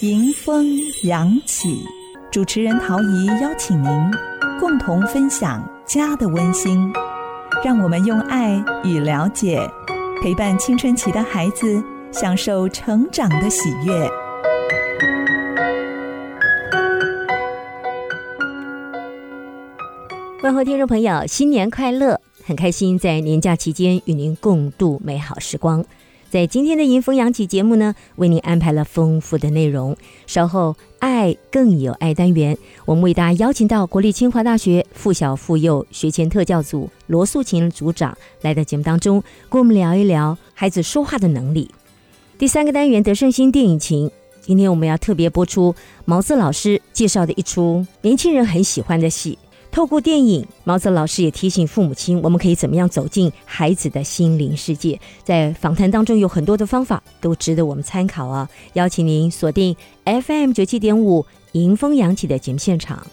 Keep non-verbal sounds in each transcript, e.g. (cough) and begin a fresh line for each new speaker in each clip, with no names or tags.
迎风扬起。主持人陶怡邀请您共同分享家的温馨，让我们用爱与了解陪伴青春期的孩子，享受成长的喜悦。
问候听众朋友，新年快乐！很开心在年假期间与您共度美好时光。在今天的《迎风扬起》节目呢，为您安排了丰富的内容。稍后“爱更有爱”单元，我们为大家邀请到国立清华大学附小附幼学前特教组罗素琴组长来到节目当中，跟我们聊一聊孩子说话的能力。第三个单元“德胜新电影情”，今天我们要特别播出毛子老师介绍的一出年轻人很喜欢的戏。透过电影，毛泽老师也提醒父母亲，我们可以怎么样走进孩子的心灵世界。在访谈当中有很多的方法，都值得我们参考啊！邀请您锁定 FM 九七点五迎风扬起的节目现场。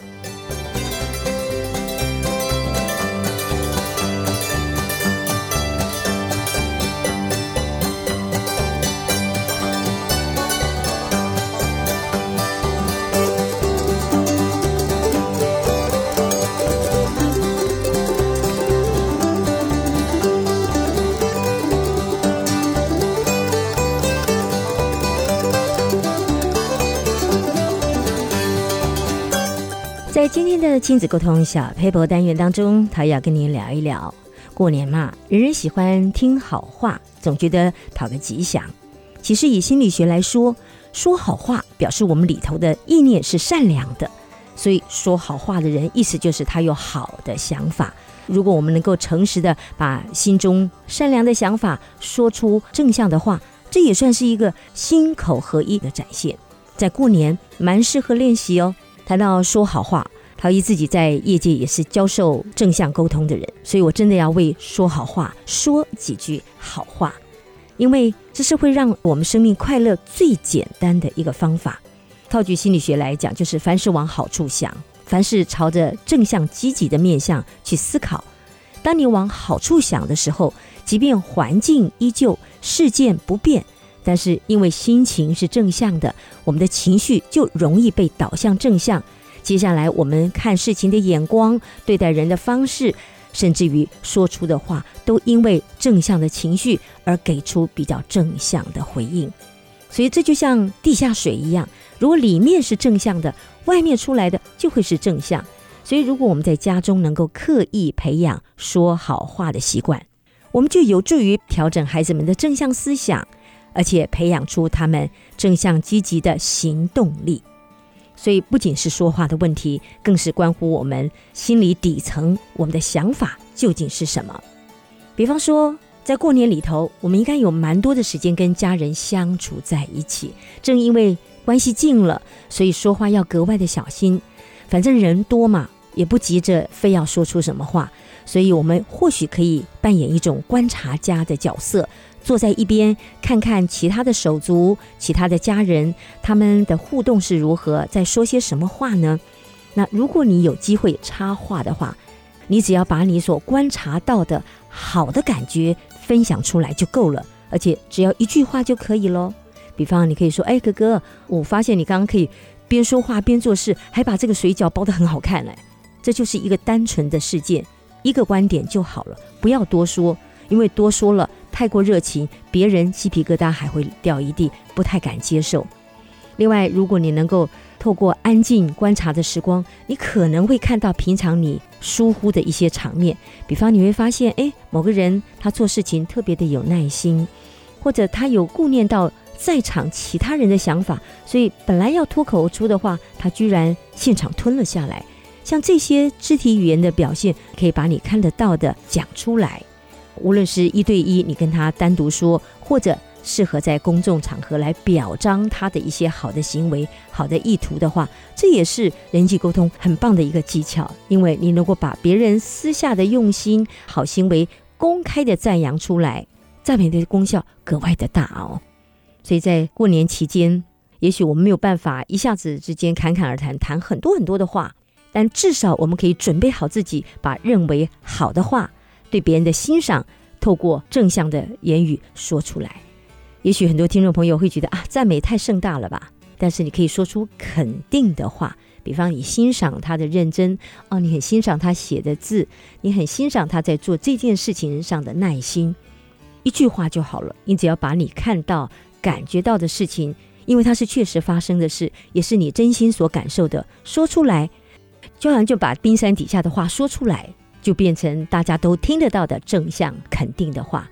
在今天的亲子沟通小 paper 单元当中，陶要跟您聊一聊，过年嘛，人人喜欢听好话，总觉得讨个吉祥。其实以心理学来说，说好话表示我们里头的意念是善良的，所以说好话的人，意思就是他有好的想法。如果我们能够诚实的把心中善良的想法说出正向的话，这也算是一个心口合一的展现。在过年蛮适合练习哦。谈到说好话，陶一自己在业界也是教授正向沟通的人，所以我真的要为说好话说几句好话，因为这是会让我们生命快乐最简单的一个方法。套句心理学来讲，就是凡事往好处想，凡事朝着正向积极的面向去思考。当你往好处想的时候，即便环境依旧，事件不变，但是因为心情是正向的，我们的情绪就容易被导向正向。接下来，我们看事情的眼光、对待人的方式，甚至于说出的话，都因为正向的情绪而给出比较正向的回应。所以，这就像地下水一样，如果里面是正向的，外面出来的就会是正向。所以，如果我们在家中能够刻意培养说好话的习惯，我们就有助于调整孩子们的正向思想，而且培养出他们正向积极的行动力。所以，不仅是说话的问题，更是关乎我们心理底层我们的想法究竟是什么。比方说，在过年里头，我们应该有蛮多的时间跟家人相处在一起。正因为关系近了，所以说话要格外的小心。反正人多嘛，也不急着非要说出什么话，所以我们或许可以扮演一种观察家的角色，坐在一边看看其他的手足、其他的家人他们的互动是如何，在说些什么话呢？那如果你有机会插话的话，你只要把你所观察到的好的感觉分享出来就够了，而且只要一句话就可以喽。比方，你可以说：“哎，哥哥，我发现你刚刚可以边说话边做事，还把这个水饺包得很好看哎。”这就是一个单纯的事件，一个观点就好了，不要多说，因为多说了太过热情，别人鸡皮疙瘩还会掉一地，不太敢接受。另外，如果你能够透过安静观察的时光，你可能会看到平常你疏忽的一些场面。比方，你会发现，哎，某个人他做事情特别的有耐心，或者他有顾念到在场其他人的想法，所以本来要脱口而出的话，他居然现场吞了下来。像这些肢体语言的表现，可以把你看得到的讲出来。无论是一对一，你跟他单独说，或者适合在公众场合来表彰他的一些好的行为、好的意图的话，这也是人际沟通很棒的一个技巧。因为你如果把别人私下的用心、好行为公开的赞扬出来，赞美的功效格外的大哦。所以在过年期间，也许我们没有办法一下子之间侃侃而谈，谈很多很多的话，但至少我们可以准备好自己，把认为好的话、对别人的欣赏，透过正向的言语说出来。也许很多听众朋友会觉得啊，赞美太盛大了吧？但是你可以说出肯定的话，比方你欣赏他的认真，哦，你很欣赏他写的字，你很欣赏他在做这件事情上的耐心。一句话就好了，你只要把你看到、感觉到的事情，因为它是确实发生的事，也是你真心所感受的，说出来，就好像就把冰山底下的话说出来，就变成大家都听得到的正向肯定的话。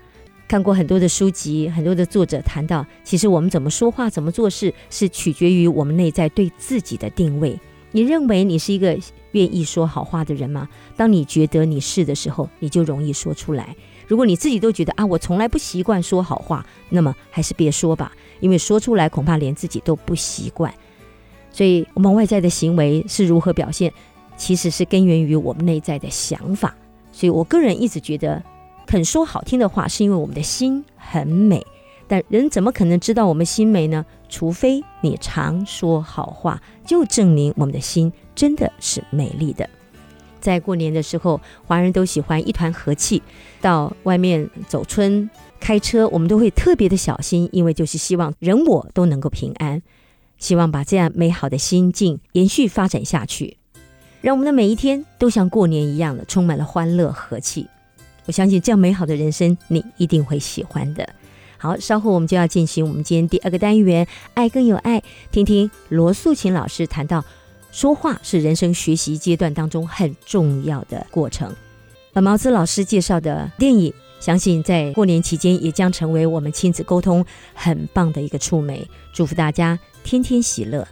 看过很多的书籍，很多的作者谈到，其实我们怎么说话、怎么做事，是取决于我们内在对自己的定位。你认为你是一个愿意说好话的人吗？当你觉得你是的时候，你就容易说出来。如果你自己都觉得啊，我从来不习惯说好话，那么还是别说吧，因为说出来恐怕连自己都不习惯。所以，我们外在的行为是如何表现，其实是根源于我们内在的想法。所以我个人一直觉得。肯说好听的话，是因为我们的心很美。但人怎么可能知道我们心美呢？除非你常说好话，就证明我们的心真的是美丽的。在过年的时候，华人都喜欢一团和气，到外面走春、开车，我们都会特别的小心，因为就是希望人我都能够平安，希望把这样美好的心境延续发展下去，让我们的每一天都像过年一样的充满了欢乐和气。我相信这样美好的人生，你一定会喜欢的。好，稍后我们就要进行我们今天第二个单元“爱更有爱”，听听罗素琴老师谈到，说话是人生学习阶段当中很重要的过程。而毛子老师介绍的电影，相信在过年期间也将成为我们亲子沟通很棒的一个触媒。祝福大家天天喜乐。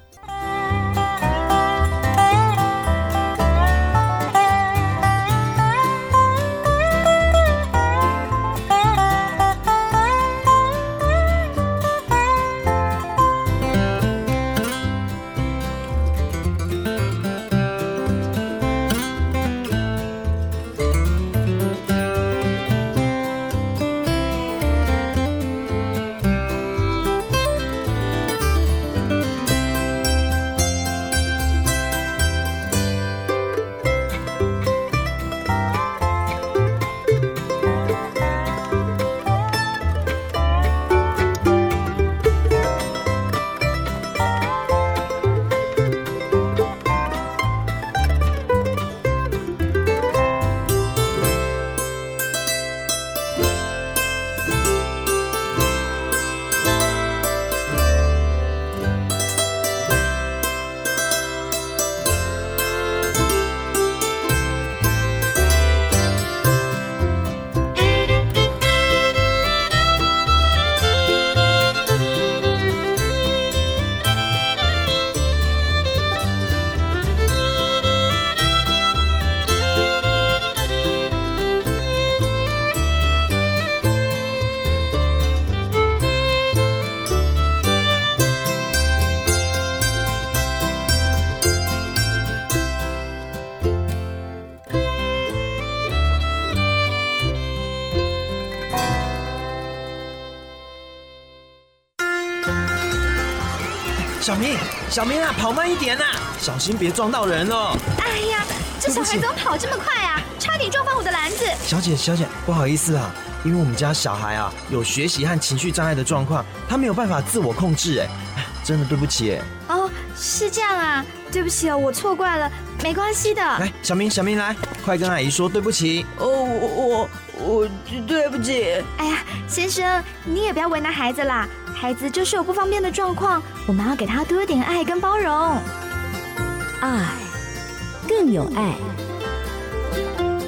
小明，小明啊，跑慢一点啊，小心别撞到人哦。
哎呀，这小孩怎么跑这么快啊？差点撞翻我的篮子。
小姐，小姐，不好意思啊，因为我们家小孩啊有学习和情绪障碍的状况，他没有办法自我控制，哎，真的对不起，哎。
哦，是这样啊，对不起哦，我错怪了，没关系的。
来，小明，小明来，快跟阿姨说对不起。
哦，我我我对不起。
哎呀，先生，你也不要为难孩子啦，孩子就是有不方便的状况，我们要给他多一点爱跟包容。
爱更有爱。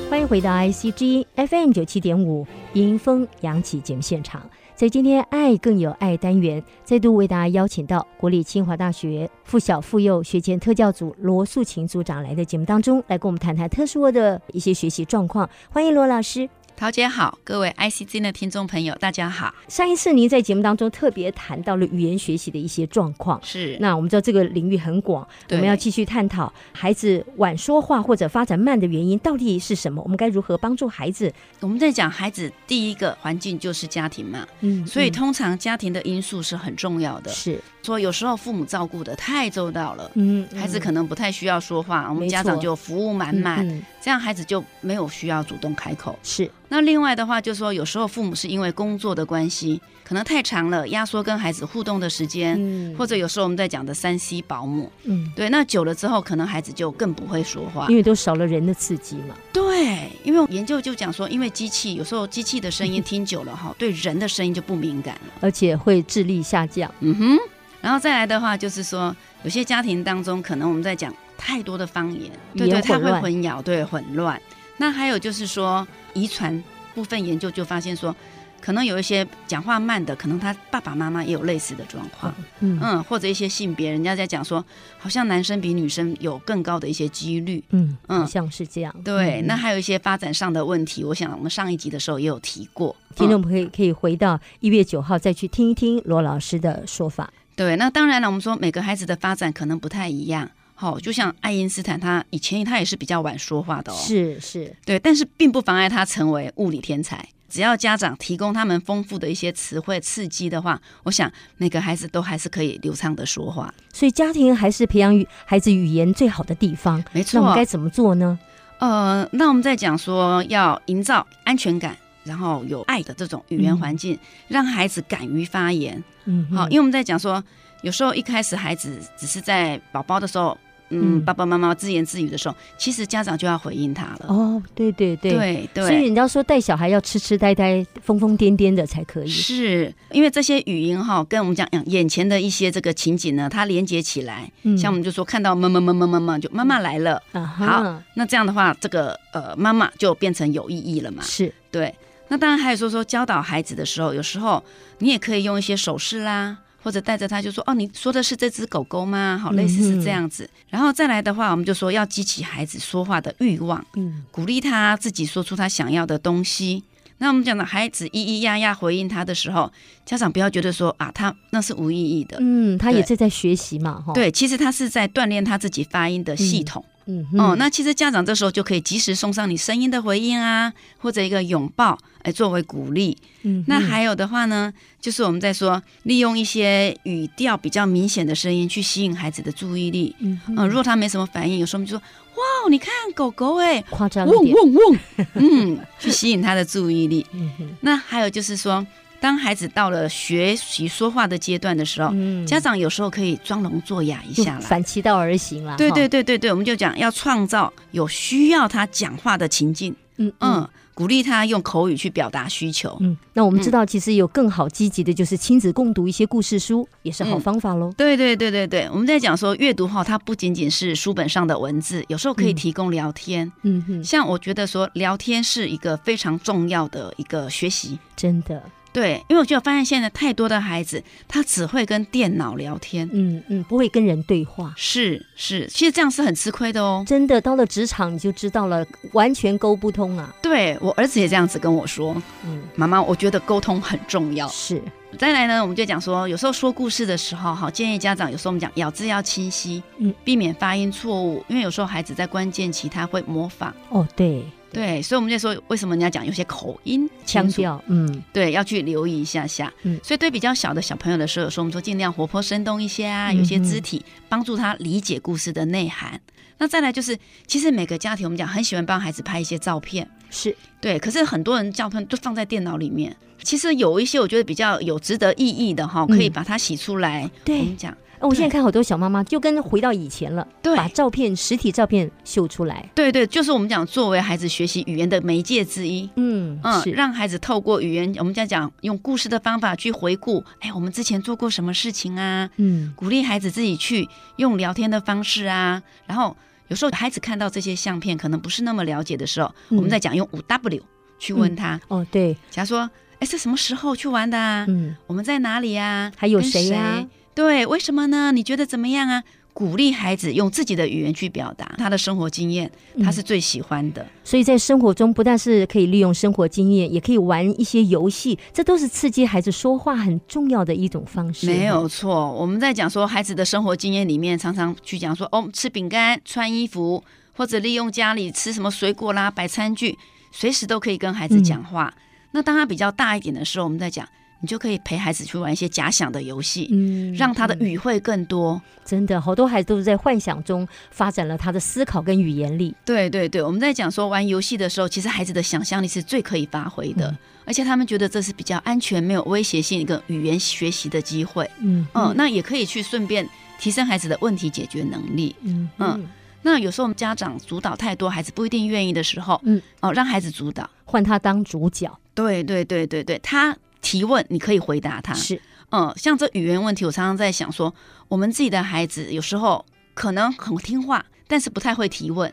欢迎回到 ICG FM 九七点五迎风扬起节目现场，在今天“爱更有爱”单元，再度为大家邀请到国立清华大学附小附幼学前特教组罗素琴组长来的节目当中，来跟我们谈谈特殊的一些学习状况。欢迎罗老师。
桃姐好，各位 ICG 的听众朋友，大家好。
上一次您在节目当中特别谈到了语言学习的一些状况，
是
那我们知道这个领域很广，我
对
们要继续探讨孩子晚说话或者发展慢的原因到底是什么，我们该如何帮助孩子？
我们在讲孩子第一个环境就是家庭嘛，
嗯
所
嗯
以通常家庭的因素是很重要的。
是
说有时候父母照顾的太周到了，
嗯
孩子可能不太需要说话，我
没
们
错
家长就服务满
嗯
满，
嗯
这样孩子就没有需要主动开口。
是
那另外的话，就是说有时候父母是因为工作的关系，可能太长了，压缩跟孩子互动的时间，
嗯
或者有时候我们在讲的三 C 保姆，
嗯，
对，那久了之后，可能孩子就更不会说话
因。为都少了人的刺激嘛。
对，因为研究就讲说，因为机器有时候机器的声音听久
(laughs)
了哈，对人的声音就不敏感了。
而且会智力下降。
嗯哼，然后再来的话就是说，有些家庭当中可能我们在讲太多的方言，对
语言
对，它
混
会
乱
混淆，对混乱。那还有就是说，遗传部分研究就发现说，可能有一些讲话慢的，可能他爸爸妈妈也有类似的状况。
嗯
嗯，或者一些性别，人家在讲说，好像男生比女生有更高的一些几率。
嗯，
嗯
好像是这样。
对，
嗯
那还有一些发展上的问题，我想我们上一集的时候也有提过。
听
嗯
众可以可以回到一月九号再去听一听罗老师的说法。
对，那当然了，我们说每个孩子的发展可能不太一样。好、就像爱因斯坦，他以前他也是比较晚说话的哦。
是是，
对，但是并不妨碍他成为物理天才。只要家长提供他们丰富的一些词汇刺激的话，我想每个孩子都还是可以流畅的说话。
所以家庭还是培养语孩子语言最好的地方。
没
那
错，
我们该怎么做呢？
呃，那我们在讲说要营造安全感，然后有爱的这种语言环境，让孩子敢于发言。
嗯哼，
好、因为我们在讲说，有时候一开始孩子只是在宝宝的时候，嗯，
嗯
爸爸妈妈自言自语的时候，其实家长就要回应他了。
哦，对对对。
对
所以
对。
人家说带小孩要痴痴呆呆、疯疯癫癫的才可以。
是因为这些语音哈，跟我们讲讲眼前的一些这个情景呢，它连接起来，
嗯
像我们就说看到妈妈妈妈妈妈，就妈妈来了，
啊哈，
那这样的话，这个呃妈妈就变成有意义了嘛。
是
对，那当然还有说说教导孩子的时候，有时候你也可以用一些手势啦，或者带着他就说哦，你说的是这只狗狗吗？好，
嗯
类似是这样子。然后再来的话，我们就说要激起孩子说话的欲望，
嗯
鼓励他自己说出他想要的东西。那我们讲的孩子咿咿呀呀回应他的时候，家长不要觉得说啊，他那是无意义的。
嗯，他也
对
是在学习嘛，哈。，
对，其实他是在锻炼他自己发音的系统。
嗯
哦，
哼
那其实家长这时候就可以及时送上你声音的回应啊，或者一个拥抱，哎，作为鼓励。
嗯哼
那还有的话呢，就是我们在说利用一些语调比较明显的声音去吸引孩子的注意力。
嗯哼
嗯、如果他没什么反应，有时候我们就说：“哇，你看狗狗哎、
夸张一
汪
点，
汪
(laughs)
汪！”嗯，去吸引他的注意力。
嗯哼
那还有就是说，当孩子到了学习说话的阶段的时候，
嗯
家长有时候可以装聋作哑一
就
下啦。
反其道而行啦。
对
哈
对，对对对，我们就讲要创造有需要他讲话的情境，
嗯嗯
嗯，鼓励他用口语去表达需求。
嗯，那我们
嗯
知道，其实有更好积极的，就是亲子共读一些故事书，也是好
嗯
方法喽。
对对对对对，我们在讲说阅读哈，它不仅仅是书本上的文字，有时候可以提供聊天。
嗯哼，
像我觉得说聊天是一个非常重要的一个学习，
真的，
对，因为我觉得我发现现在太多的孩子他只会跟电脑聊天，
嗯嗯，不会跟人对话。
是是，其实这样是很吃亏的哦。
真的，到了职场你就知道了，完全沟不通啊。
对我儿子也这样子跟我说
嗯，：“
妈妈，我觉得沟通很重要。”
是，
再来呢，我们就讲说，有时候说故事的时候，哈，建议家长有时候我们讲咬字要清晰，
嗯
嗯，避免发音错误，因为有时候孩子在关键期他会模仿，
哦，对，
对，所以我们就说，为什么人家讲有些口音
腔
清楚，
调，嗯
对，要去留意一下下。
嗯
所以对比较小的小朋友的时候，有时候我们说尽量活泼生动一些啊，
嗯
有些肢体帮助他理解故事的内涵。那再来就是，其实每个家庭我们讲很喜欢帮孩子拍一些照片，
是，
对，可是很多人照片都放在电脑里面。其实有一些我觉得比较有值得意义的哈，
嗯
可以把它洗出来。
对
我们讲
哦我现在
对
看好多小妈妈就跟回到以前了，
对
把照片实体照片秀出来，
对对，就是我们讲作为孩子学习语言的媒介之一。
嗯
嗯，
是，
让孩子透过语言，我们在讲用故事的方法去回顾，哎，我们之前做过什么事情啊？
嗯
鼓励孩子自己去用聊天的方式啊，然后有时候孩子看到这些相片，可能不是那么了解的时候，
嗯
我们在讲用五 W 去问他，
哦对，
假如说，哎，这什么时候去玩的啊？
嗯
我们在哪里呀、
还有
跟
谁啊
谁啊
呀
对，为什么呢？你觉得怎么样啊？鼓励孩子用自己的语言去表达他的生活经验，他
嗯
是最喜欢的。
所以在生活中不但是可以利用生活经验，也可以玩一些游戏，这都是刺激孩子说话很重要的一种方式。
没有错，我们在讲说孩子的生活经验里面，常常去讲说哦，吃饼干、穿衣服，或者利用家里吃什么水果
嗯
啦、摆餐具，随时都可以跟孩子讲话。那当他比较大一点的时候，我们在讲你就可以陪孩子去玩一些假想的游戏，
嗯
让他的语汇更多。
真的好多孩子都是在幻想中发展了他的思考跟语言力。
对对对，我们在讲说玩游戏的时候，其实孩子的想象力是最可以发挥
嗯
的，而且他们觉得这是比较安全、没有威胁性一个语言学习的机会。
嗯
嗯，那也可以去顺便提升孩子的问题解决能力。
嗯
嗯，那有时候我们家长主导太多，孩子不一定愿意的时候，
嗯
嗯，哦，让孩子主导。
换他当主角
对对对对对，他提问你可以回答他。
是
嗯，像这语言问题，我常常在想说，我们自己的孩子有时候可能很听话，但是不太会提问，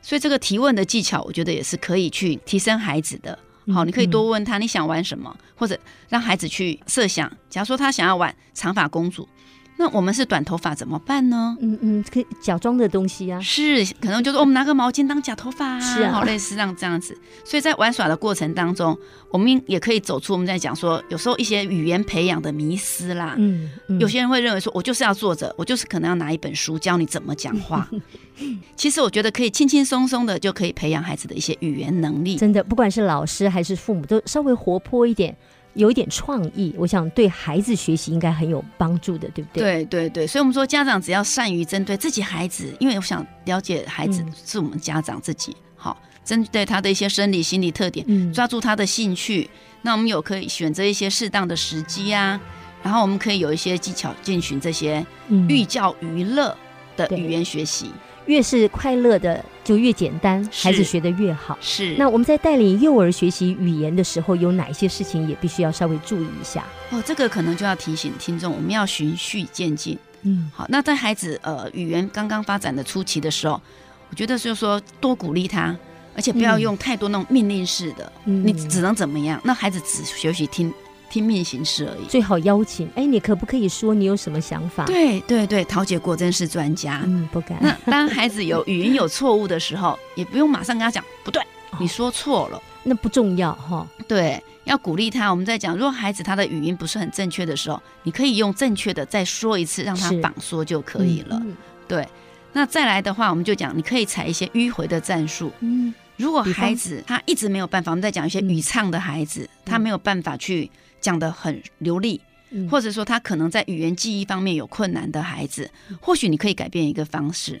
所以这个提问的技巧，我觉得也是可以去提升孩子的。好，你可以多问他你想玩什么，或者让孩子去设想。假如说他想要玩长发公主，那我们是短头发怎么办呢？
嗯嗯，可以假装的东西啊，
是，可能就是我们拿个毛巾当假头发啊，
是啊
好类似这样这样子。所以在玩耍的过程当中，我们也可以走出我们在讲说，有时候一些语言培养的迷失啦。
嗯，嗯
有些人会认为说，我就是要坐着，我就是可能要拿一本书教你怎么讲
(laughs)
话。其实我觉得可以轻轻松松的就可以培养孩子的一些语言能力。
真的，不管是老师还是父母，都稍微活泼一点，有一点创意，我想对孩子学习应该很有帮助的，对不对？
对对对，所以我们说家长只要善于针对自己孩子，因为我想了解孩子
嗯
是我们家长自己，好针对他的一些生理心理特点，
嗯
抓住他的兴趣。那我们有可以选择一些适当的时机啊，然后我们可以有一些技巧进行这些
嗯
寓教于乐的
对
语言学习。
越是快乐的就越简单，孩子
是
学得越好。
是，
那我们在带领幼儿学习语言的时候，有哪一些事情也必须要稍微注意一下？
哦，这个可能就要提醒听众，我们要循序渐进。
嗯，
好，那在孩子呃语言刚刚发展的初期的时候，我觉得就是说多鼓励他，而且不要
嗯
用太多那种命令式的，
嗯
你只能怎么样？那孩子只学习听听命行事而已。
最好邀请，哎，你可不可以说你有什么想法？，
对对对，桃姐果真是专家。
啊嗯，不敢。
那当孩子有语言有错误的时候，也不用马上跟他讲不对
哦，
你说错了。
那不重要哈，
对，要鼓励他。我们在讲，如果孩子他的语音不是很正确的时候，你可以用正确的再说一次，让他
是
仿说就可以了。
嗯
对，那再来的话，我们就讲，你可以采一些迂回的战术。
嗯，
如果
比方
孩子他一直没有办法，我们在讲一些
嗯
语唱的孩子，他没有办法去讲得很流利，
嗯
或者说他可能在语言记忆方面有困难的孩子，或许你可以改变一个方式。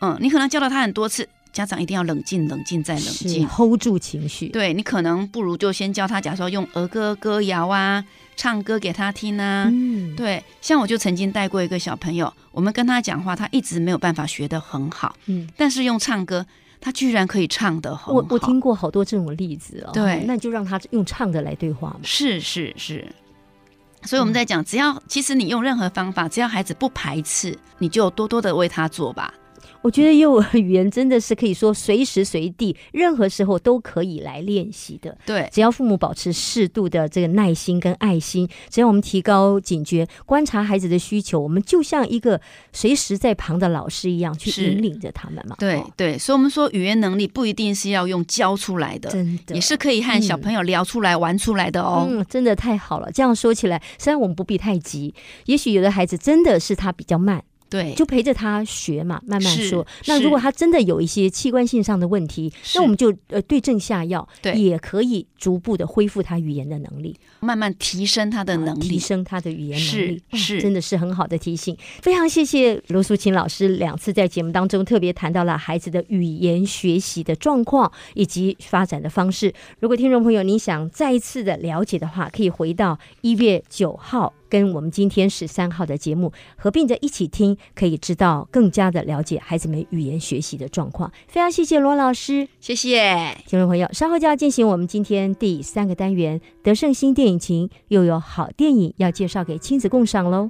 嗯，你可能教了他很多次，家长一定要冷静、冷静再冷
是
静。
hold 住情绪。
对你可能不如就先教他，假如说用儿歌、歌谣啊，唱歌给他听啊。
嗯，
对，像我就曾经带过一个小朋友，我们跟他讲话，他一直没有办法学得很好，
嗯
但是用唱歌，他居然可以唱得很好。
我我听过好多这种例子哦。
对
那就让他用唱的来对话嘛。
是是是，所以我
嗯
们在讲，只要其实你用任何方法，只要孩子不排斥，你就多多的为他做吧。
我觉得幼儿园真的是可以说随时随地、任何时候都可以来练习的。
对，
只要父母保持适度的这个耐心跟爱心，只要我们提高警觉，观察孩子的需求，我们就像一个随时在旁的老师一样，去
是
引领着他们嘛。
对
哦
对，所以我们说语言能力不一定是要用教出来的，
真的
也是可以和小
嗯
朋友聊出来、玩出来的哦。
嗯，真的太好了。这样说起来，虽然我们不必太急，也许有的孩子真的是他比较慢，
对，
就陪着他学嘛，慢慢
是
说。那如
是
果他真的有一些器官性上的问题，
是
那我们就呃对症下药，
对
也可以逐步的恢复他语言的能力，
慢慢提升他的
啊
能
提
力。
升他的语言能
是
力，哇
是
真的是很好的提醒。非常谢谢罗素琴老师两次在节目当中特别谈到了孩子的语言学习的状况以及发展的方式。如果听众朋友您想再一次的了解的话，可以回到一月九号跟我们今天十三号的节目合并着一起听，可以知道更加的了解孩子们语言学习的状况。非常谢谢罗老师，
谢谢。
听众朋友，稍后就要进行我们今天第三个单元——德胜新电影情，又有好电影要介绍给亲子共赏喽。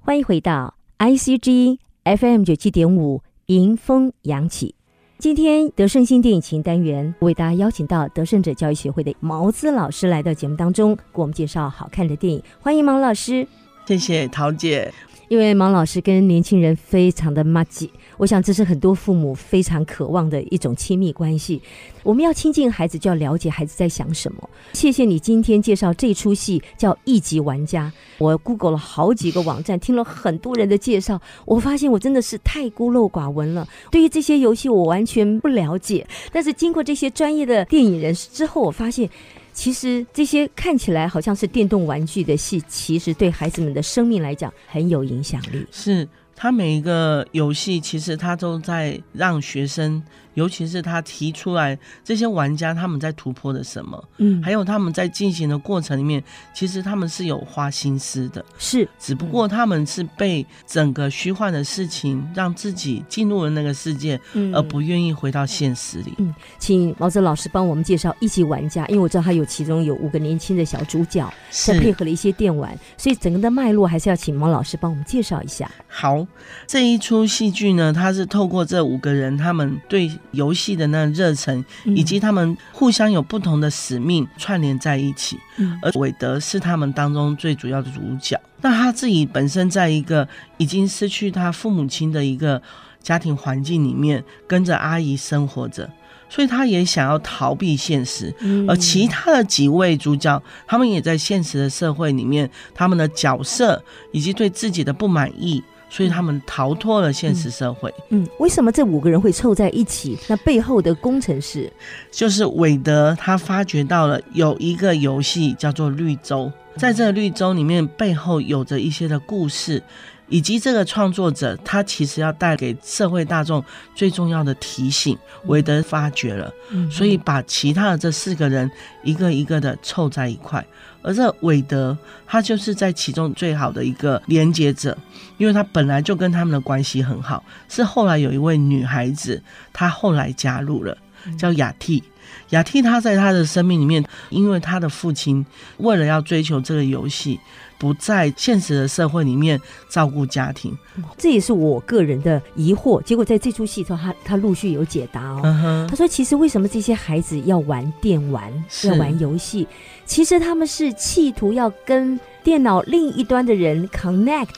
欢迎回到 ICG FM 九七点五迎风扬起。今天德胜新电影情单元为大家邀请到德胜者教育协会的毛姿老师来到节目当中，给我们介绍好看的电影。欢迎毛老师。
谢谢桃姐，
因为毛老师跟年轻人非常的默契，我想这是很多父母非常渴望的一种亲密关系。我们要亲近孩子，就要了解孩子在想什么。谢谢你今天介绍这出戏叫《一级玩家》，我 Google 了好几个网站，听了很多人的介绍，我发现我真的是太孤陋寡闻了。对于这些游戏，我完全不了解。但是经过这些专业的电影人士之后，我发现。其实这些看起来好像是电动玩具的戏，其实对孩子们的生命来讲很有影响力。
是他每一个游戏，其实他都在让学生，尤其是他提出来这些玩家他们在突破的什么，
嗯
还有他们在进行的过程里面，其实他们是有花心思的，
是
只不过他们是被整个虚幻的事情让自己进入了那个世界，
嗯
而呃不愿意回到现实里。
请毛泽老师帮我们介绍一级玩家，因为我知道他有其中有五个年轻的小主角，再配
是
合了一些电玩，所以整个的脉络还是要请毛老师帮我们介绍一下。
好，这一出戏剧呢，它是透过这五个人他们对游戏的那热忱，
嗯
以及他们互相有不同的使命串联在一起。
嗯
而韦德是他们当中最主要的主角。那他自己本身在一个已经失去他父母亲的一个家庭环境里面，跟着阿姨生活着，所以他也想要逃避现实。
嗯
而呃其他的几位主角，他们也在现实的社会里面，他们的角色以及对自己的不满意，所以他们逃脱了现实社会。
嗯，为什么这五个人会凑在一起？那背后的工程是
就是韦德他发掘到了有一个游戏叫做绿洲，在这个绿洲里面背后有着一些的故事，以及这个创作者他其实要带给社会大众最重要的提醒，韦德发掘了，嗯
嗯
所以把其他的这四个人一个一个的凑在一块，而这韦德他就是在其中最好的一个连接者，因为他本来就跟他们的关系很好，是后来有一位女孩子，她后来加入了。叫雅蒂。雅蒂她在她的生命里面，因为她的父亲为了要追求这个游戏，不在现实的社会里面照顾家庭。
这也是我个人的疑惑。结果在这出戏中，他他陆续有解答哦。
嗯哼，
他说：“其实为什么这些孩子要玩电玩，
是
要玩游戏？其实他们是企图要跟电脑另一端的人 connect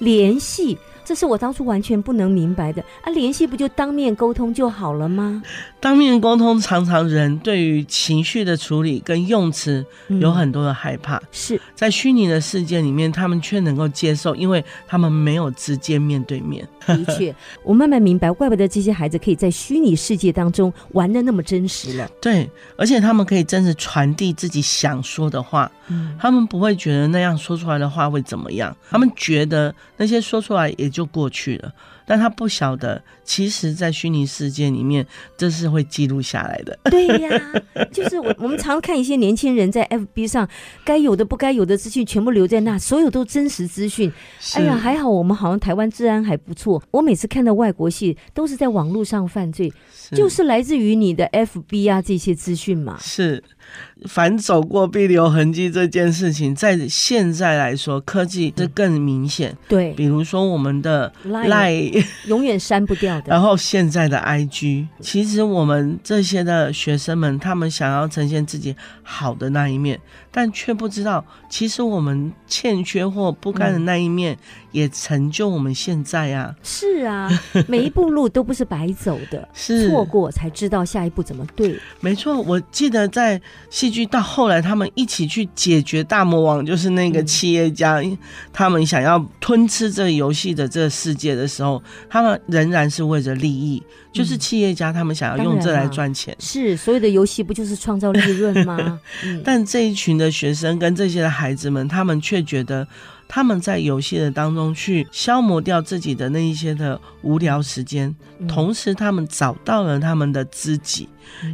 联系。”这是我当初完全不能明白的啊！联系不就当面沟通就好了吗？
当面沟通常常人对于情绪的处理跟用词
嗯
有很多的害怕，
是
在虚拟的世界里面，他们却能够接受，因为他们没有直接面对面。
的确，我慢慢明白，怪不得这些孩子可以在虚拟世界当中玩的那么真实
(laughs)
了。
对，而且他们可以真的传递自己想说的话，
嗯
他们不会觉得那样说出来的话会怎么样，他们觉得那些说出来也就过去了，但他不晓得，其实，在虚拟世界里面，这是会记录下来的。
对呀，就是我我们常看一些年轻人在 FB 上，该有的不该有的资讯全部留在那，所有都真实资讯。哎呀，还好我们好像台湾治安还不错。我每次看到外国戏都是在网络上犯罪，
是
就是来自于你的 FB 啊这些资讯嘛。
是，凡走过必留痕迹这件事情，在现在来说，科技这更明显。
对
比如说我们的
Line
Line 哦
永远删不掉
然
的。
后现在的 IG，其实我们这些的学生们，他们想要呈现自己好的那一面，但却不知道，其实我们欠缺或不
嗯
甘的那一面，也成就我们现在啊。
是
(laughs)
啊，每一步路都不是白走的，
是
错过才知道下一步怎么对。
没错，我记得在戏剧到后来，他们一起去解决大魔王，就是那个企业家，他们想要吞吃这个游戏的这个世界的时候，他们仍然是为着利益，就是企业家他们想要
当
用
然
这来
啦
赚钱。
是，所有的游戏不就是创造利润
(laughs)
吗？嗯，
但这一群的学生跟这些的孩子们，他们却觉得他们在游戏的当中去消磨掉自己的那一些的无聊时间，
嗯
同时他们找到了他们的知己，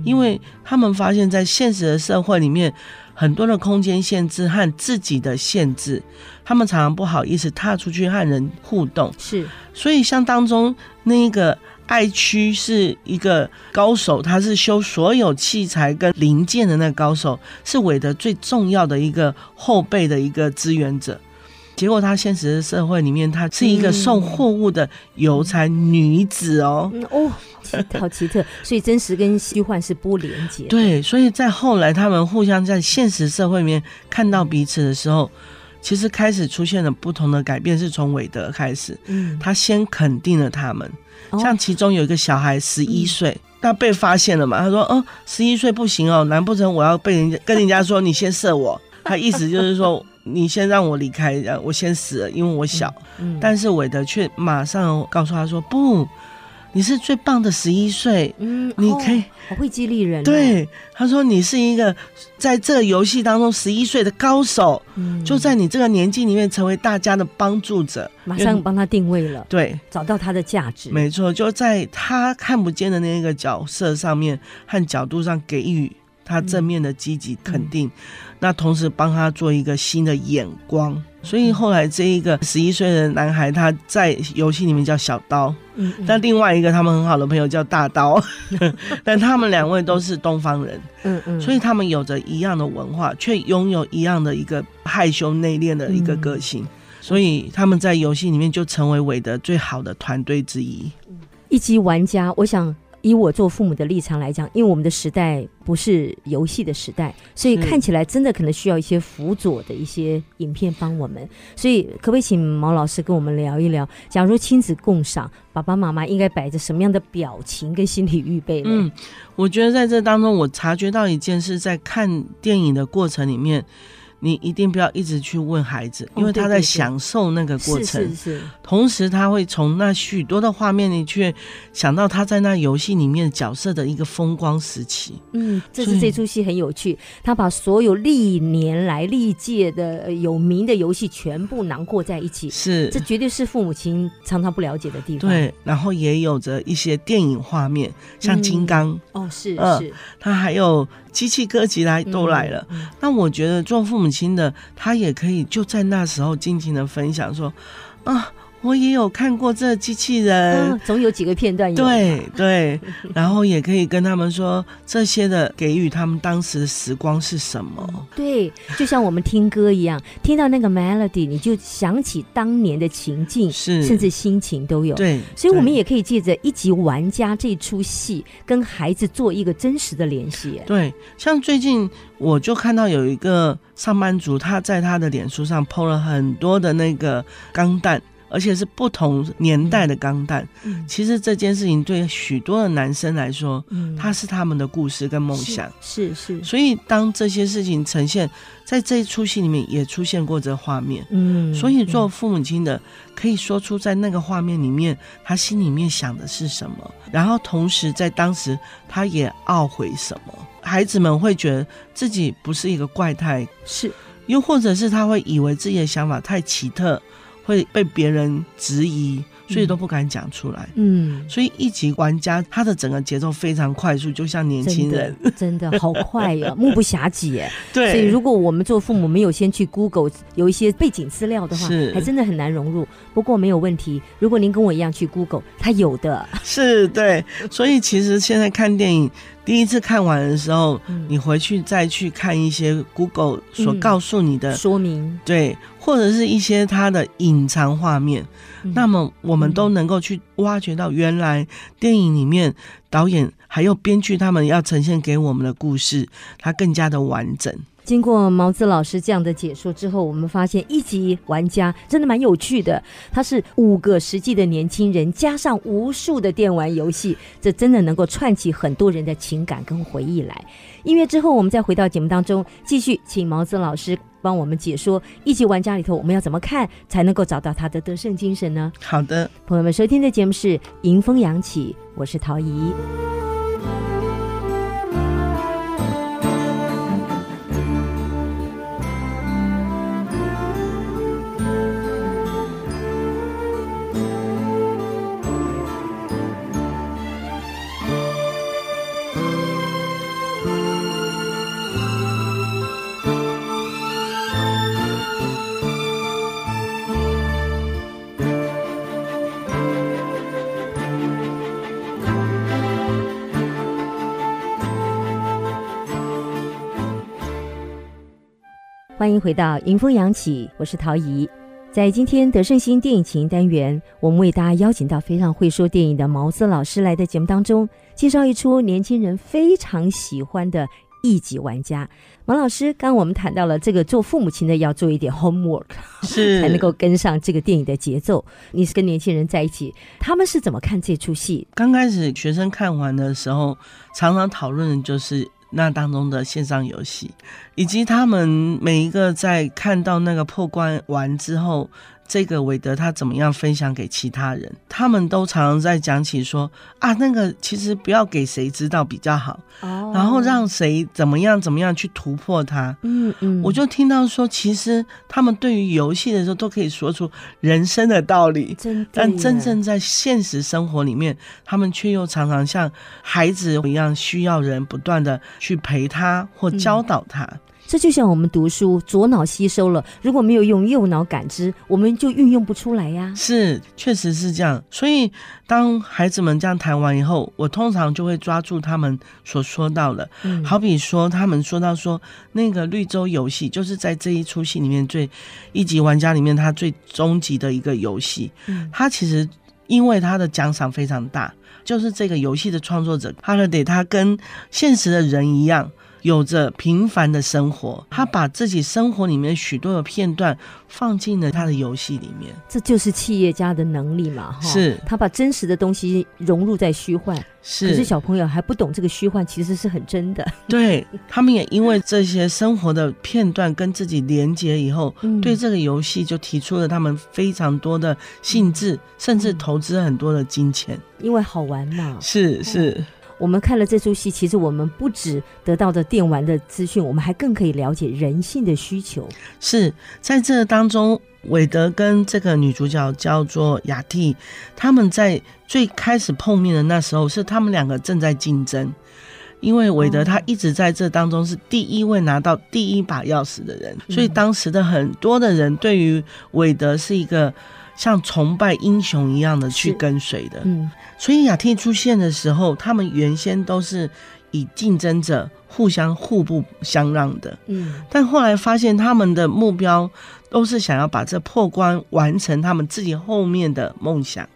因为他们发现，在现实的社会里面，很多的空间限制和自己的限制，他们常常不好意思踏出去和人互动，
是
所以像当中那个爱区是一个高手，他是修所有器材跟零件的那个高手，是韦德最重要的一个后备的一个支援者。结果她现实社会里面，她是一个送货物的邮差女子哦。
嗯哦，奇好奇特，所以真实跟虚幻是不连接。
对，所以在后来他们互相在现实社会里面看到彼此的时候，其实开始出现了不同的改变，是从韦德开始，
嗯，
他先肯定了他们。
哦嗯
像其中有一个小孩十一岁，他被发现了嘛，他说：“哦，十一岁不行哦，难不成我要被人家跟人家说你先射我？” (laughs) 他意思就是说。你先让我离开，呃我先死了，因为我小。
嗯
但是韦德却马上告诉他说：“不，你是最棒的十一岁，
嗯，
你
哦
可以
好会激励人哦，
对，他说你是一个在这游戏当中十一岁的高手，
嗯
就在你这个年纪里面成为大家的帮助者。
马
因为
上帮他定位了，
对，
找到他的价值。
没错，就在他看不见的那个角色上面和角度上给予他正面的积极肯定，
嗯
那同时帮他做一个新的眼光。所以后来这一个十一岁的男孩，他在游戏里面叫小刀，
嗯，嗯
但另外一个他们很好的朋友叫大刀， (laughs) 但他们两位都是东方人。
嗯嗯，
所以他们有着一样的文化，却拥有一样的一个害羞内敛的一个个性。
嗯
所以他们在游戏里面就成为韦德最好的团队之一。
一级玩家，我想以我做父母的立场来讲，因为我们的时代不是游戏的时代，所以
是
看起来真的可能需要一些辅佐的一些影片帮我们。所以，可不可以请毛老师跟我们聊一聊？假如亲子共赏，爸爸妈妈应该摆着什么样的表情跟心理预备呢？
嗯，我觉得在这当中，我察觉到一件事，在看电影的过程里面，你一定不要一直去问孩子，因为
哦对
他
对
在
对
享受那个过
是是
程，
是，
同时他会从那许多的画面里去想到他在那游戏里面角色的一个风光时期。
嗯，这
所
是
以
这出戏很有趣，他把所有历年来历届的呃有名的游戏全部囊括在一起，
是
这绝对是父母亲常常不了解的地方。，
对，然后也有着一些电影画面，像《金刚》
哦，是
嗯
是，
它还有机器哥吉拉都来了。
嗯。嗯
那我觉得做父母亲的，他也可以就在那时候尽情的分享说，啊，我也有看过这机器人。
嗯，总有几个片段有。，
呃对对，然后也可以跟他们说这些的给予他们当时的时光是什么。
对，就像我们听歌一样，听到那个 melody，你就想起当年的情境，
是
甚至心情都有。
对，
所以，我们
对
也可以借着《一级玩家》这出戏，跟孩子做一个真实的联系。
对，像最近我就看到有一个上班族，他在他的脸书上 PO 了很多的那个钢弹，而且是不同年代的钢弹。
嗯
其实这件事情对许多的男生来说，
嗯
它是他们的故事跟梦想。
是是，是
所以当这些事情呈现在这一出戏里面，也出现过这画面。
嗯
所以做
嗯
父母亲的可以说出在那个画面里面，他心里面想的是什么，然后同时在当时他也懊悔什么。孩子们会觉得自己不是一个怪胎，
是
又或者是他会以为自己的想法太奇特，会被别人质疑，所以都不敢讲出来。
嗯。
所以一级玩家他的整个节奏非常快速，就像年
真
轻
的
人。
真的好快呀、目不暇接。
对，
所以，如果我们做父母没有先去 Google 有一些背景资料的话
是，
还真的很难融入。不过没有问题，如果您跟我一样去 Google，它有的。
是对，所以其实现在看电影，第一次看完的时候，
嗯
你回去再去看一些 Google 所
嗯
告诉你的，
说明，
对，或者是一些它的隐藏画面，
嗯
那么我们都
嗯
能够去挖掘到原来电影里面导演还有编剧他们要呈现给我们的故事，它更加的完整。
经过毛子老师这样的解说之后，我们发现一级玩家真的蛮有趣的。他是五个实际的年轻人，加上无数的电玩游戏，这真的能够串起很多人的情感跟回忆来。音乐之后，我们再回到节目当中，继续请毛子老师帮我们解说一级玩家里头我们要怎么看才能够找到他的得胜精神呢？
好
(laughs)
的，
朋友们收听的节目是《迎风扬起》，我是陶怡。欢迎回到迎风扬起，我是陶怡。在今天德胜新电影情单元，我们为大家邀请到非常会说电影的毛子老师来的节目当中，介绍一出年轻人非常喜欢的一级玩家。毛老师，刚刚我们谈到了这个做父母亲的要做一点
(laughs)
homework，
是
才能够跟上这个电影的节奏。你是跟年轻人在一起，他们是怎么看这出戏？
刚开始学生看完的时候，常常讨论的就是那当中的线上游戏，以及他们每一个在看到那个破关完之后，这个韦德他怎么样分享给其他人，他们都常常在讲起说啊，那个其实不要给谁知道比较好，
哦
然后让谁怎么样怎么样去突破它。
嗯嗯，
我就听到说，其实他们对于游戏的时候都可以说出人生的道理，
真的
但真
耶
正在现实生活里面，他们却又常常像孩子一样，需要人不断的去陪他或教导他。
这就像我们读书，左脑吸收了，如果没有用右脑感知，我们就运用不出来呀、
是，确实是这样。所以，当孩子们这样谈完以后，我通常就会抓住他们所说到的，
嗯，
好比说，他们说到说那个绿洲游戏，就是在这一出戏里面最一级玩家里面，它最终极的一个游戏。
嗯
它其实因为它的奖赏非常大，就是这个游戏的创作者 Holiday，他跟现实的人一样。有着平凡的生活，他把自己生活里面许多的片段放进了他的游戏里面。
这就是企业家的能力嘛，哈，
是
他把真实的东西融入在虚幻，哦可是小朋友还不懂这个虚幻其实是很真
(laughs)
的，
对他们也因为这些生活的片段跟自己连接以后，
嗯
对这个游戏就提出了他们非常多的兴
嗯
致，甚至投资很多的金钱。
因为好玩嘛。
是是，
我们看了这出戏，其实我们不止得到的电玩的资讯，我们还更可以了解人性的需求。
是在这当中，韦德跟这个女主角叫做雅蒂，他们在最开始碰面的那时候，是他们两个正在竞争。因为韦德他
哦
一直在这当中是第一位拿到第一把钥匙的人，所以当时的很多的人对于韦德是一个像崇拜英雄一样的去
是
跟随的。
嗯，
所以雅蒂出现的时候，他们原先都是以竞争者互相互不相让的，
嗯，
但后来发现他们的目标都是想要把这破关完成他们自己后面的梦想。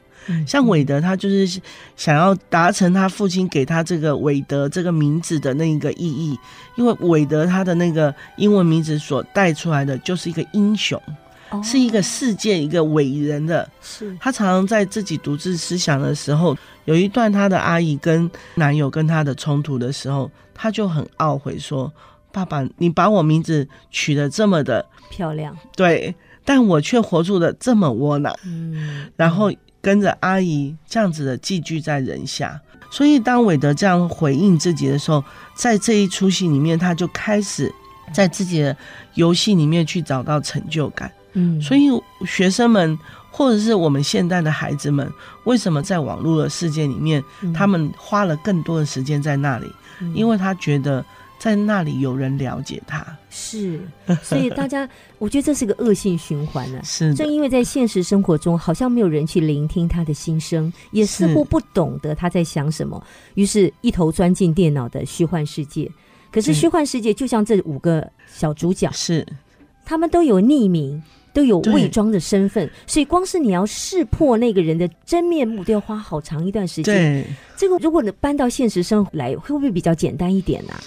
像韦德，他就是想要达成他父亲给他这个韦德这个名字的那个意义，因为韦德他的那个英文名字所带出来的就是一个英雄，
哦
是一个世界一个伟人的
是
她常常在自己独自思想的时候，有一段她的阿姨跟男友跟她的冲突的时候，她就很懊悔说：“爸爸，你把我名字取得这么的
漂亮，
对，但我却活住的这么窝囊。”
嗯，
然后跟着阿姨这样子的寄居在人下。所以当韦德这样回应自己的时候，在这一出戏里面，他就开始在自己的游戏里面去找到成就感。
嗯，
所以学生们，或者是我们现代的孩子们，为什么在网络的世界里面，
嗯
他们花了更多的时间在那里？
嗯
因为他觉得在那里有人了解他。
是，所以大家，我觉得这是个恶性循环呢、
(laughs) 是
正
的，
因为在现实生活中，好像没有人去聆听他的心声，也似乎
是
不懂得他在想什么，于是一头钻进电脑的虚幻世界。可是
对
虚幻世界就像这五个小主角，
是
他们都有匿名，都有
对
伪装的身份，所以光是你要识破那个人的真面目，都要花好长一段时间。
对。
这个如果你搬到现实生活来，会不会比较简单一点呢、啊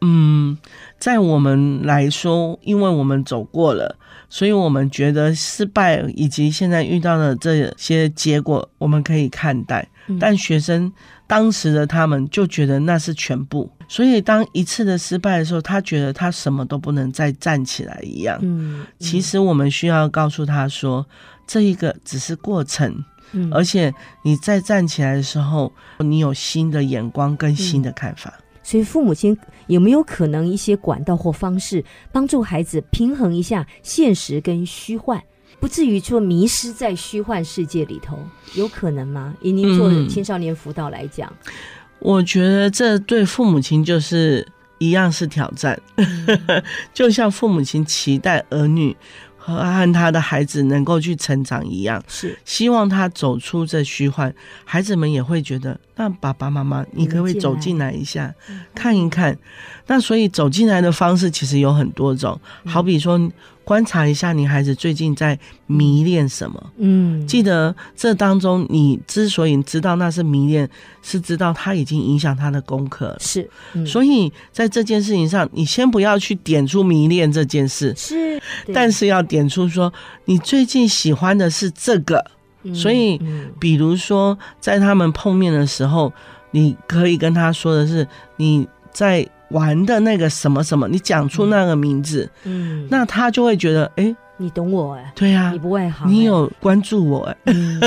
嗯，在我们来说，因为我们走过了，所以我们觉得失败以及现在遇到的这些结果，我们可以看待。
嗯
但学生当时的他们就觉得那是全部，所以当一次的失败的时候，他觉得他什么都不能再站起来一样。
嗯，
其实我们需要告诉他说，这一个只是过程，
嗯，
而且你再站起来的时候，你有新的眼光跟新
嗯
的看法。
所以父母亲有没有可能一些管道或方式帮助孩子平衡一下现实跟虚幻，不至于说迷失在虚幻世界里头？有可能吗？以您做
嗯
青少年辅导来讲，
我觉得这对父母亲就是一样是挑战，
嗯
(laughs) 就像父母亲期待儿女和和他的孩子能够去成长一样，
是
希望他走出这虚幻，孩子们也会觉得，那爸爸妈妈，你可不可以走进来一下，
啊嗯
看一看？那所以走进来的方式其实有很多种，好比说观察一下你孩子最近在迷恋什么。
嗯，
记得这当中，你之所以知道那是迷恋，是知道他已经影响他的功课了。
是，嗯
所以在这件事情上，你先不要去点出迷恋这件事，
是，对
但是要点出说你最近喜欢的是这个。
嗯
所以
嗯
比如说，在他们碰面的时候，你可以跟他说的是你在玩的那个什么什么，你讲出那个名字，
嗯
那他就会觉得，哎、
你懂我哎，
对呀、
你不外行哎，
你有关注我、哎， (laughs)
嗯，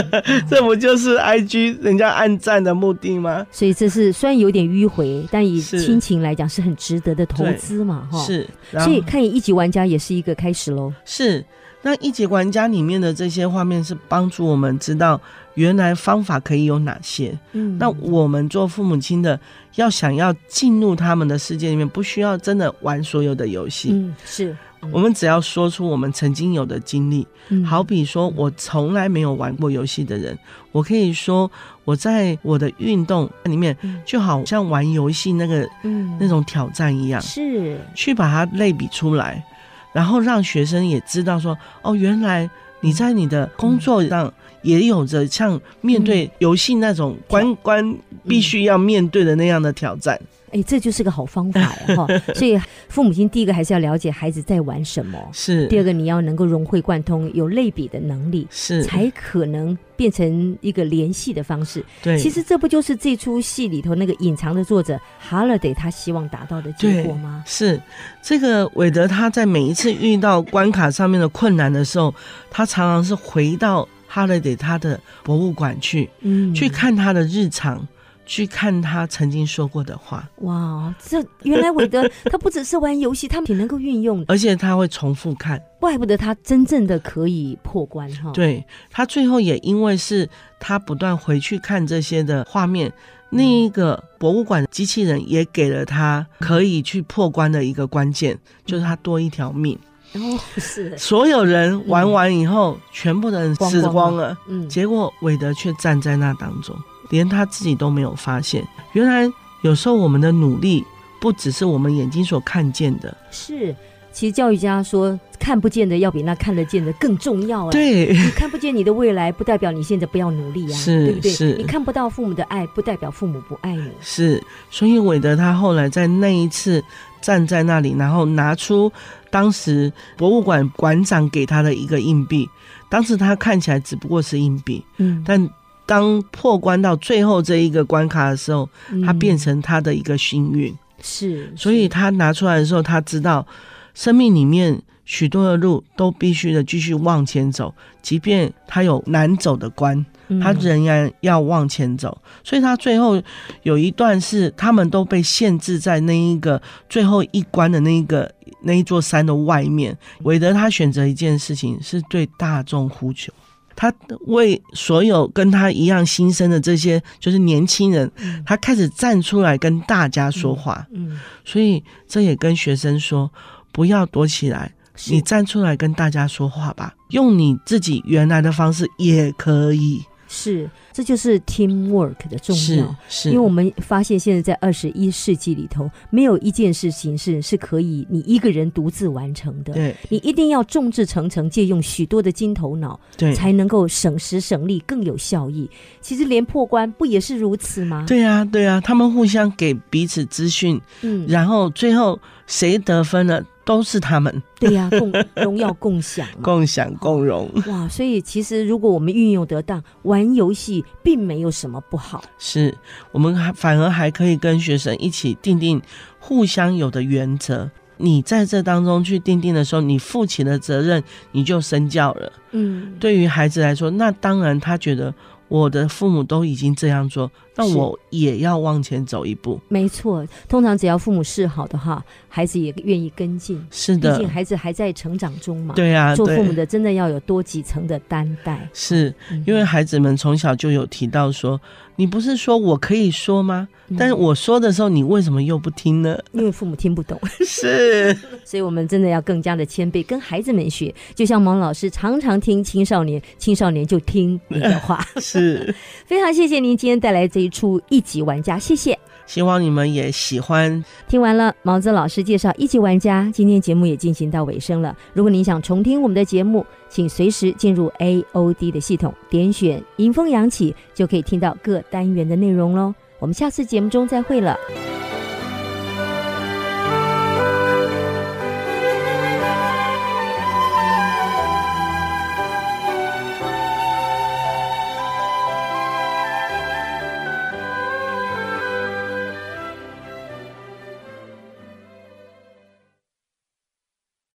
这不就是 I G 人家按赞的目的吗？
所以这是虽然有点迂回，但以
是
亲情来讲是很值得的投
对
资嘛，哈。，
是，然
所
后
以看一级玩家也是一个开始喽。
是。那一级玩家里面的这些画面是帮助我们知道原来方法可以有哪些，
嗯
那我们做父母亲的，要想要进入他们的世界里面，不需要真的玩所有的游戏，
嗯是
我们只要说出我们曾经有的经历。
嗯
好比说，我从来没有玩过游戏的人，我可以说我在我的运动里面
嗯，
就好像玩游戏那个
嗯
那种挑战一样，
是
去把它类比出来，然后让学生也知道说，哦，原来。你在你的工作上也有着像面
嗯
对游戏那种关关必须要面对的那样的挑战。
哎，这就是个好方法
(laughs)
呀哈。所以父母亲第一个还是要了解孩子在玩什么，
是
第二个你要能够融会贯通，有类比的能力，
是，
才可能变成一个联系的方式。
对，
其实这不就是这出戏里头那个隐藏的作者 Holiday 他希望达到的结
对
果吗？
是这个韦德他在每一次遇到关卡上面的困难的时候，他常常是回到哈雷德他的博物馆去，
嗯
去看他的日常，去看他曾经说过的话，
哇，这原来韦德 (laughs) 他不只是玩游戏，他挺能够运用的，
而且他会重复看。
怪不得他真正的可以破关哈。，
对他最后也因为是他不断回去看这些的画面，那一个博物馆机器人也给了他可以去破关的一个关键，就是他多一条命。
哦，是，
所有人玩完以后，全部的人死光了，
嗯，
结果韦德却站在那当中，连他自己都没有发现。原来有时候我们的努力不只是我们眼睛所看见的，
是。其实教育家说，看不见的要比那看得见的更重要哎。，
对， (laughs)
你看不见你的未来，不代表你现在不要努力呀、
是
对不对？
是
你看不到父母的爱，不代表父母不爱你。
是。所以韦德他后来在那一次站在那里，然后拿出当时博物馆馆长给他的一个硬币，当时他看起来只不过是硬币，
嗯，
但当破关到最后这一个关卡的时候，它
嗯
变成他的一个幸运。
是，
所以
是
他拿出来的时候，他知道生命里面许多的路都必须的继续往前走，即便他有难走的关，他
嗯
仍然要往前走。所以他最后有一段是他们都被限制在那一个最后一关的那一个那一座山的外面。韦德他选择一件事情，是对大众呼求。他为所有跟他一样新生的这些，就是年轻人，他开始站出来跟大家说话。
嗯，
所以这也跟学生说，不要躲起来，
是
你站出来跟大家说话吧，用你自己原来的方式也可以。
是，这就是 teamwork 的重
是
要。
是，
因为我们发现，现在在二十一世纪里头，没有一件事情是是可以你一个人独自完成的。
对
你一定要众志成城，借用许多的金头脑，
对
才能够省时省力，更有效益。其实连破关不也是如此吗？，
对啊对啊，他们互相给彼此资讯，
嗯，
然后最后谁得分了，都是他们
对呀、共 (laughs) 荣耀共享嘛。
共享共荣。
哇，所以其实如果我们运用得当，玩游戏并没有什么不好。
是我们还反而还可以跟学生一起定定互相有的原则。你在这当中去定定的时候，你负起的责任，你就身教了。
嗯，
对于孩子来说，那当然他觉得我的父母都已经这样做，那
是
我也要往前走一步。
没错，通常只要父母示好的哈，孩子也愿意跟进。
是
毕
的
竟，孩子还在成长中嘛。
对啊，
做父母
对，
的真的要有多几层的担待，
是
嗯
因为孩子们从小就有提到说，你不是说我可以说吗？但是我说的时候，你为什么又不听呢？
嗯
(laughs)
因为父母听不懂，
是
所以我们真的要更加的谦卑，跟孩子们学。就像毛老师常常听青少年，青少年就听你的话。
是。
(laughs) 非常谢谢您今天带来这一推出一级玩家，谢谢。
希望你们也喜欢。
听完了毛子老师介绍一级玩家，今天节目也进行到尾声了。如果您想重听我们的节目，请随时进入 AOD 的系统，点选“迎风扬起”，就可以听到各单元的内容喽。我们下次节目中再会了。